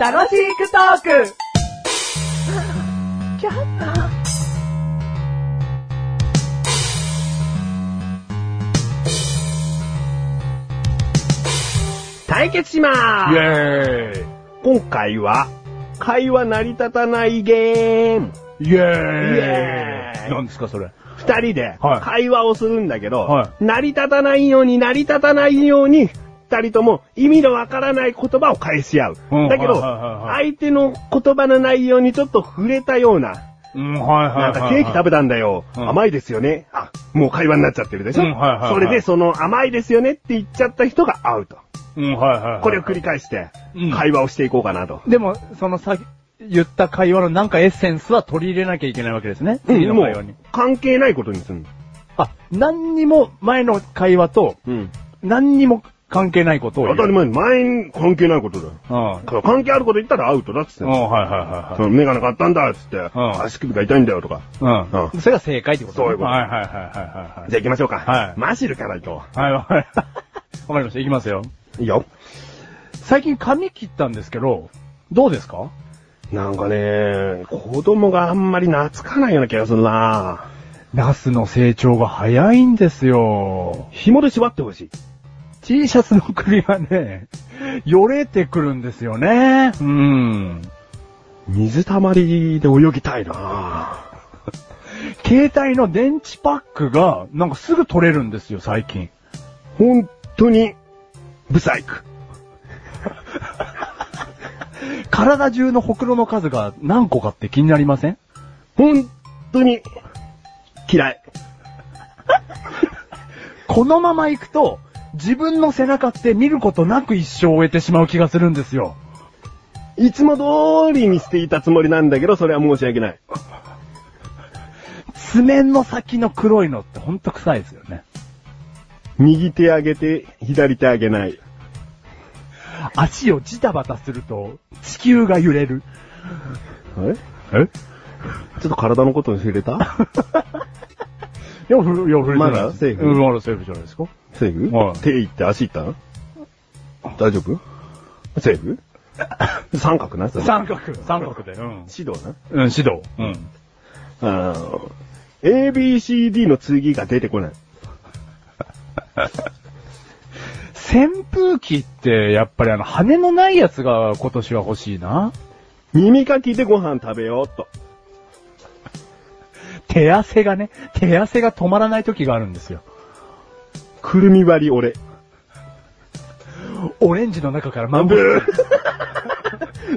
楽しくトーク対決しまイェーすー今回は、会話成り立たないゲーム。イイェエーーイイなんですか、それ。二人ではい会話をするんだけど、は成り立たないように成り立たないように、二人とも意味のわからない言葉を返し合う。うんだけど、はいはいはいは相手の言葉の内容にちょっと触れたような、うん、はいはいはなんいはい。かケーキ食べたんだよ。うん甘いですよね。あ、もう会話になっちゃってるでしょ、うんはいはいはいそれでその甘いですよねって言っちゃった人がアウト。うん、はいはいはい。これを繰り返してうん、会話をしていこうかなと。でも、そのさ、言った会話のなんかエッセンスは取り入れなきゃいけないわけですね。次のも会話にう。、関係ないことにする。あ、何にも前の会話と、うん。何にも関係ないことを言当う。たり前、前に関係ないことだよ。うん。だから関係あること言ったらアウトだっつってうんの、はいはそのメガネ買ったんだっつって、足首が痛いんだよとか。いはいはい。ううん。それが正解ってことねそういうことはいはいはいはいはいじゃあ行きましょうか。はいマシルから行こはい。はい、わかりわかりました。いきますよ。う。いいよ。最近髪切ったんですけど、どうですかなんかね、子供があんまり懐かないような気がするなナスの成長が早いんですよ。紐で縛ってほしい。 T シャツの首がね、よれてくるんですよね。うん。水たまりで泳ぎたいな携帯の電池パックが、なんかすぐ取れるんですよ、最近。本当に、ブサイク。体中のほくろの数が何個かって気になりません本当に、嫌い。このまま行くと、自分の背中って見ることなく一生終えてしまう気がするんですよ。いつも通りにしていたつもりなんだけど、それは申し訳ない。爪の先の黒いのってほんと臭いですよね。右手上げて、左手上げない。足をジタバタすると、地球が揺れる。あれえちょっと体のことに触れ たいや、ふ、いや、触れてないまだセーフうんまだセーフじゃないですか。セーフ、はい手行って足行ったの大丈夫セー フ三角な指三角。三角で。うん。導なうん、指導。うん。あの ABCD の次が出てこない。扇風機って、やっぱりあの、羽のないやつが今年は欲しいな。耳かきでご飯食べようっと。手汗がね、手汗が止まらない時があるんですよ。くるみ割り俺。オレンジの中からまんブぶ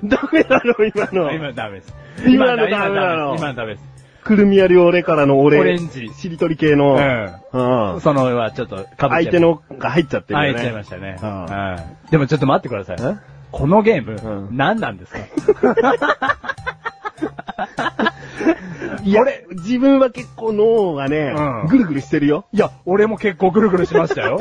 ー ダメだろ、今の。今ダメです。今のダメなの今ダメです。くるみ割り俺からの俺。オレンジしりとり系の。うんうんそのはちょっと被っちゃいました、相手のが入っちゃってる入よっね。ちゃいましたね。ううんでもちょっと待ってください。えこのゲーム、うん何なんですかいや、俺、自分は結構脳がね、うんぐるぐるしてるよ。いや、俺も結構ぐるぐるしましたよ。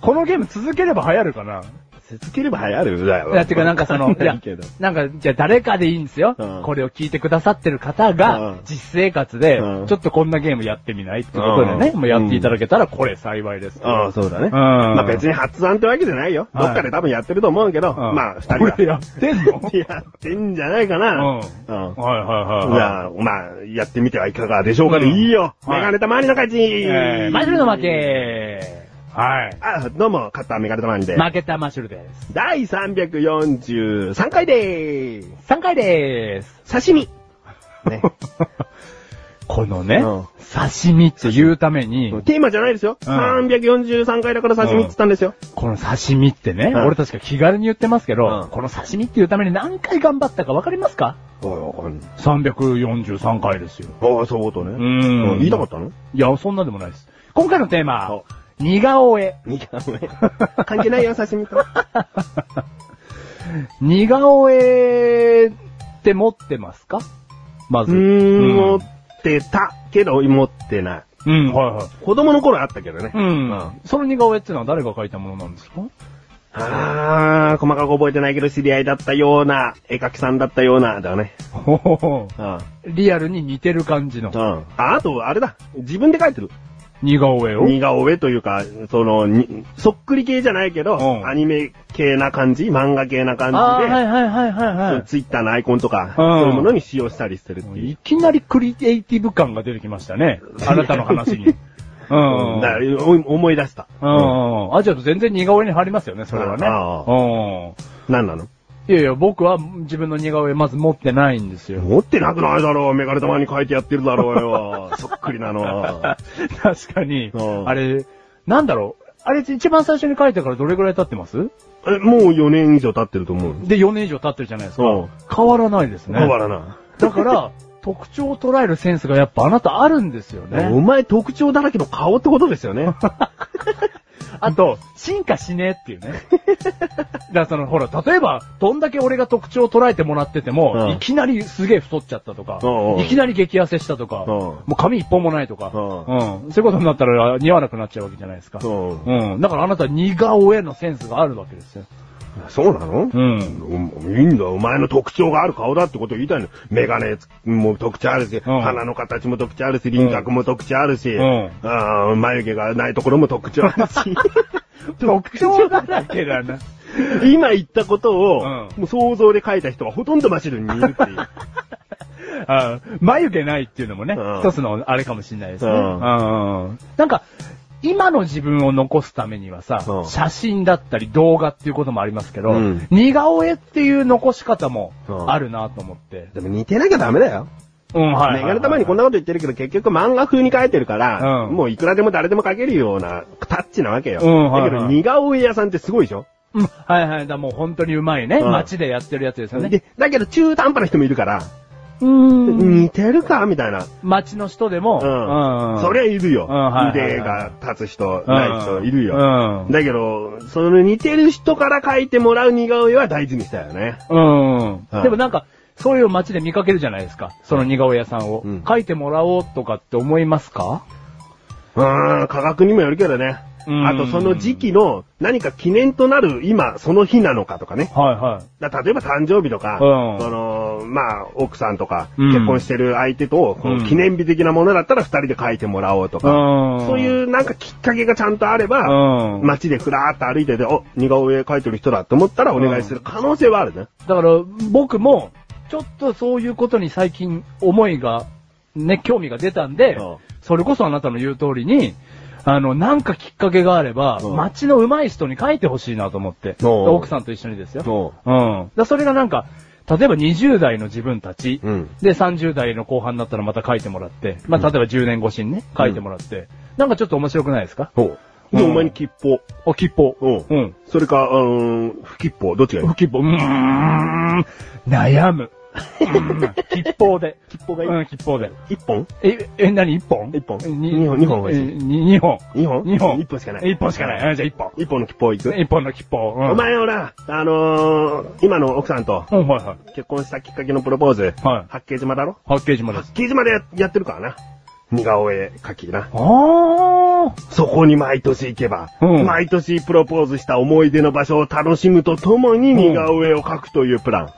このゲーム続ければ流行るかな続ければ流行るだよ。いや、てかなんか その、いないやけど。、なんか、じゃあ誰かでいいんですよ。うんこれを聞いてくださってる方うんが、実生活でうん、ちょっとこんなゲームやってみないってことでね、うんもうやっていただけたらこれ幸いです。ああ、そうだね。んまあ別に発案ってわけじゃないよ。どはいっかで多分やってると思うけど、うんまあ二人こがれやってんのやってんじゃないかな。 うん。うんはいはいはいじはゃあ、まあ、やってみてはいかがでしょうかで、うんいいよ、はいメガネたまわりの勝ち、い。えーマシュルの負けはい。あ、どうも、勝ったメガネたまわりで。負けたマシュルです。第343回でー3回でーす。す。刺身ね。このね、うん刺身って 言うために、テーマじゃないですよ。うん343回だから刺身って言ったんですよ。この刺身ってね、ん俺たちが気軽に言ってますけど、うんこの刺身っていうために何回頑張ったかわかりますかおい ?343 回ですよ。おい、ああ、そういうことね。うん言いたかったのいや、そんなでもないです。今回のテーマお、似顔絵。似顔絵。関係ないよ、刺身と。似顔絵って持ってますか まうず。ーん、う持んってたけど、持ってない。うん、はいはい。子供の頃あったけどね。うん。その似顔絵っていうのは誰が描いたものなんですか あー、細かく覚えてないけど知り合いだったような、絵描きさんだったような、だね。ほほほうん。うん。リアルに似てる感じの。ああと、あれだ。自分で描いてる。似顔絵を似顔絵というか、その、にそっくり系じゃないけど、うんアニメ系な感じ、漫画系な感ああ、じで、はいはいはいはいそはのツイッターのアイコンとか、うんそういうものに使用したりするってい。い。いうきなりクリエイティブ感が出てきましたね。あなたの話 に。ううんん。だからお思い出した。うん。あ、ちょっと全然似顔絵に入りますよね、それはあね。何なのうん。いやいや、僕は自分の似顔絵まず持ってないんで すよ。持ってなくないだろう。メガネ玉に書いてやってるだろうよ。そっくりなのは。確かにう。んあれ、なんだろう。あれ一番最初に書いてからどれぐらい経ってますえ、もう4年以上経ってると思う。で、4年以上経ってるじゃないですか。うん変わらないですね。変わらな だから、特徴を捉えるセンスがやっぱあなたあるんですよい。おね。前特徴だらけの顔ってことですよ ね。あと、進化しねえっていうね。 だからその、ほら、例えば、どんだけ俺が特徴を捉えてもらってても、うんいきなりすげえ太っちゃったとか、うんうんいきなり激痩せしたとか、うんもう髪一本もないとか、ううんそういうことになったら似合わなくなっちゃうわけじゃないですか。そううん。だからあなた似顔絵のセンスがあるわけですよ。そうなのうん。おいいんだよ、お前の特徴がある顔だってことを言いたいの。メガネも特徴あるし、うん鼻の形も特徴あるし、輪郭も特徴あるし、うんあー眉毛がないところも特徴ある し。特徴だらけだな。今言ったことを、うんもう想像で描いた人はほとんどマシルにいるっていう。 あ眉毛ないっていうのもね、うん一つのあれかもしれないですね。ううんんなんか、今の自分を残すためにはさ、うん写真だったり動画っていうこともありますけど、うん似顔絵っていう残し方もうんあるなと思って。でも似てなきゃダメだよ。うん、はいはいはい。メガネたまにこんなこと言ってるけど、結局漫画風に描いてるから、うんもういくらでも誰でも描けるようなタッチなわけよ。うんはいはいだけど似顔絵屋さんってすごいでしょ、うん、はいはい。だからもう本当にうまいね。うん街でやってるやつですよね。で、だけど中途半端な人もいるから、うーん。似てるかみたいな。街の人でも、うん。そりゃいるよ。うんはいはいはい腕が立つ人、ない人、いるよ。うんだけど、その似てる人から描いてもらう似顔絵は大事にしたよね。うん。うんでもなんか、そういう街で見かけるじゃないですか。その似顔絵屋さんを。うん描いてもらおうとかって思いますかうーん、科学にもよるけどね。うんあとその時期の何か記念となる今、その日なのかとかね。はいはい。だ例えば誕生日とか、うんその、まあ、奥さんとか、うん結婚してる相手と、こうんう記念日的なものだったら二人で書いてもらおうとか、うん。そうういうなんかきっかけがちゃんとあれば、ん。ま、街でふらーっと歩いてて、お、似顔絵描いてる人だと思ったらお願いする可能性はあるね。だから、僕も、ちょっとそういうことに最近思いが、ね、興味が出たんで、うんそれこそあなたの言う通りに、あの、なんかきっかけがあれば、うん街の上手い人に書いてほしいなと思って、うん奥さんと一緒にですよ。うん。だそれがなんか、例えば20代の自分たち、うんで、30代の後半になったらまた書いてもらって、まあ、例えば10年越しにね、書いてもらって、なんかちょっと面白くないですかそう。うんで、お前に切符。お、切符。うんうん。それか、うーん、不切符。どっちがいい不切符。うーん。悩 む。うん切符で。切符がいいうん、切符で。一本え、え、何一本一本に二本二本がいいえに二本。二本二本。一本しかない一本しかない。うんじゃあ一本。一本の切符をいく、一本の切符。うんお。前ほら、あのー、今の奥さんとうん、はいはい。結婚したきっかけのプロポーズ、はい八景島だろ八景島で八す。景島でややってるからな。似顔絵描きな。あー。そこに毎年行けば、うん毎年プロポーズした思い出の場所を楽しむとともに似顔絵を描くというプラン。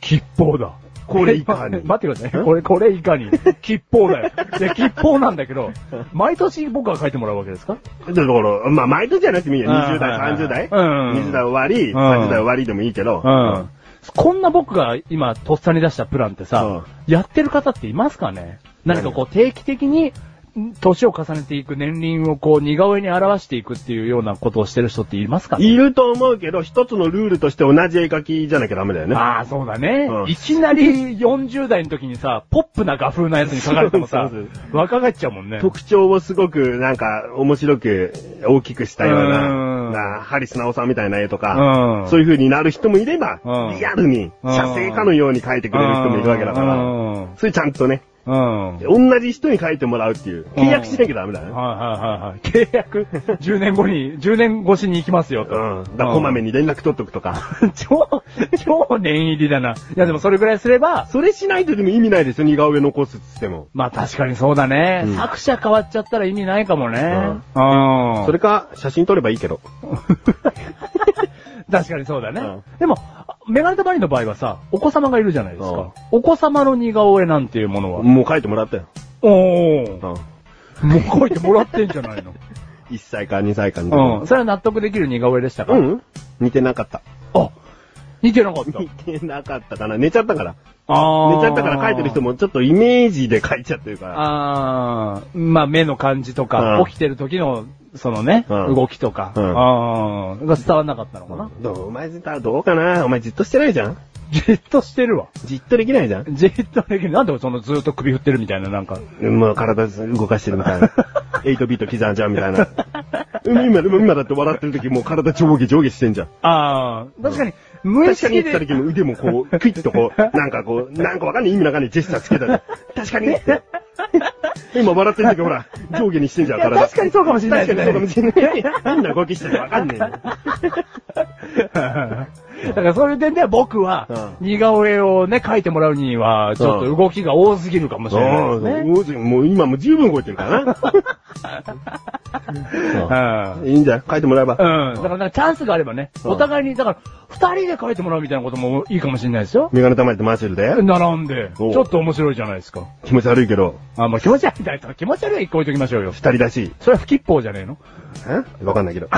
吉報だ。これいかに 待ってください。これ、これいかに。吉報だよ。 で、吉報なんだけど、毎年僕は書いてもらうわけですかだから、まあ、毎度じゃなくてもいいよ。うん20代、はいはい30代。うん20代終わり、うん30代終わりでもいいけど。うん。こんな僕が今、とっさに出したプランってさ、やってる方っていますかね何かこう、定期的に、ん年を重ねていく年輪をこう、似顔絵に表していくっていうようなことをしてる人っていますかねいると思うけど、一つのルールとして同じ絵描きじゃなきゃダメだよね。ああ、そうだね、うんいきなり40代の時にさ、ポップな画風なやつに書かれてもさそうそう、若返っちゃうもんね。特徴をすごく、なんか、面白く、大きくしたよううんな、なハリスナオさんみたいな絵とうかん、そういう風になる人もいればうん、リアルに、うん写生家のように描いてくれる人もいるわけだかうら、んそれちゃんとね、うん。はい同じ人に描いてもらうっていう、契約しなきゃダメだね。はいはいはい。契 約、10年後に、10年越しに行きますよと。うん。だからこまめに。に連絡取っとくとか。超、超念入りだな。いやでもそれぐらいすれば、それしないとでも意味ないですよ、似顔絵残すっつっても。まあ確かにそうだね、うん作者変わっちゃったら意味ないかもね。ううんん。それか、写真撮ればいいけど。 確かにそうだね。うんでも、メガネタバリの場合はさ、お子様がいるじゃないですうんか。お子様の似顔絵なんていうものは。もう書いてもらったよ。おー。もう書いてもらってんじゃないの。 1歳か2歳かに。うん。それは納得できる似顔絵でしたか、う、ん似てなかった。あ、似てなかった似。てなかったかな。寝ちゃったから。あー寝ちゃったから書いてる人もちょっとイメージで書いちゃってるから。ああ、まあ目の感じとうかん、起きてる時の、そのね、うん動きとか、うんああ、が伝わらなかったのかな。どうお前たらどうかなお前じっとして ないじゃんじっとしてるわ。じっとできないじゃんじっとできる。なんでそのずっと首振ってるみたいな、なんか。もう体動かしてるみたいな。8ビート 刻んじゃうみたいな。今、今だって笑ってる時もう体上下上下してんじゃん。ああ、確かに、無意確かに識言ったで。時も腕もこう、クイッとこう、なんかこう、なんかわかんない意味のわかんないジェスチャーつけたね。確かにって。今笑ってる時ほら、上下にしてんじゃん、いや体。確かにそうかもしれない確かにそうかもしれない。変な動きしてるのわかんねえな。 だからそういう点では僕は、似顔絵をね、描いてもらうには、ちょっと動きが多すぎるかもしれないですね。そうもう今もう十分動いてるから な。うん。いいんだよ、書いてもらえば。うん。だからなんかチャンスがあればね、うんお互いに、だから、二人で描いてもらうみたいなこともいいかもしれないですよ。メガネ玉入れてマーシュルで。並んで、ちおうょっと面白いじゃないですか。気持ち悪いけど、あ、もう気持ち悪いだと気持ち悪い一個置いときましょうよ二。人だし。それは不吉報じゃねえ のえわかんないけど。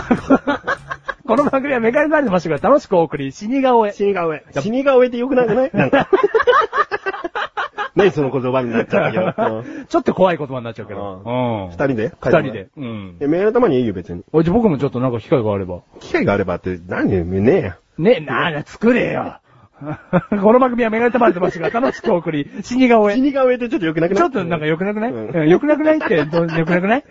この番組はメガネバレてましたから楽しくお送り、死に 顔絵。 死に顔絵。死に顔絵って良くなくないなんか。 何その言葉になっちゃったけど。うんちょっと怖い言葉になっちゃうけど。ううん。 二人で二人で。。うん。え、メガネ玉にいいよ、別に。おいじゃあ僕もちょっとなんか機会があれば。機会があればって、何ねえや。ねえ、なあ、作れよ。 この番組はメガネたまれてましたが、楽しくお送り、死に顔死へ。 に顔絵ってちょっと良くなくないちょっとなんか良くなくないうんうん良くなくないって、どう良くなくない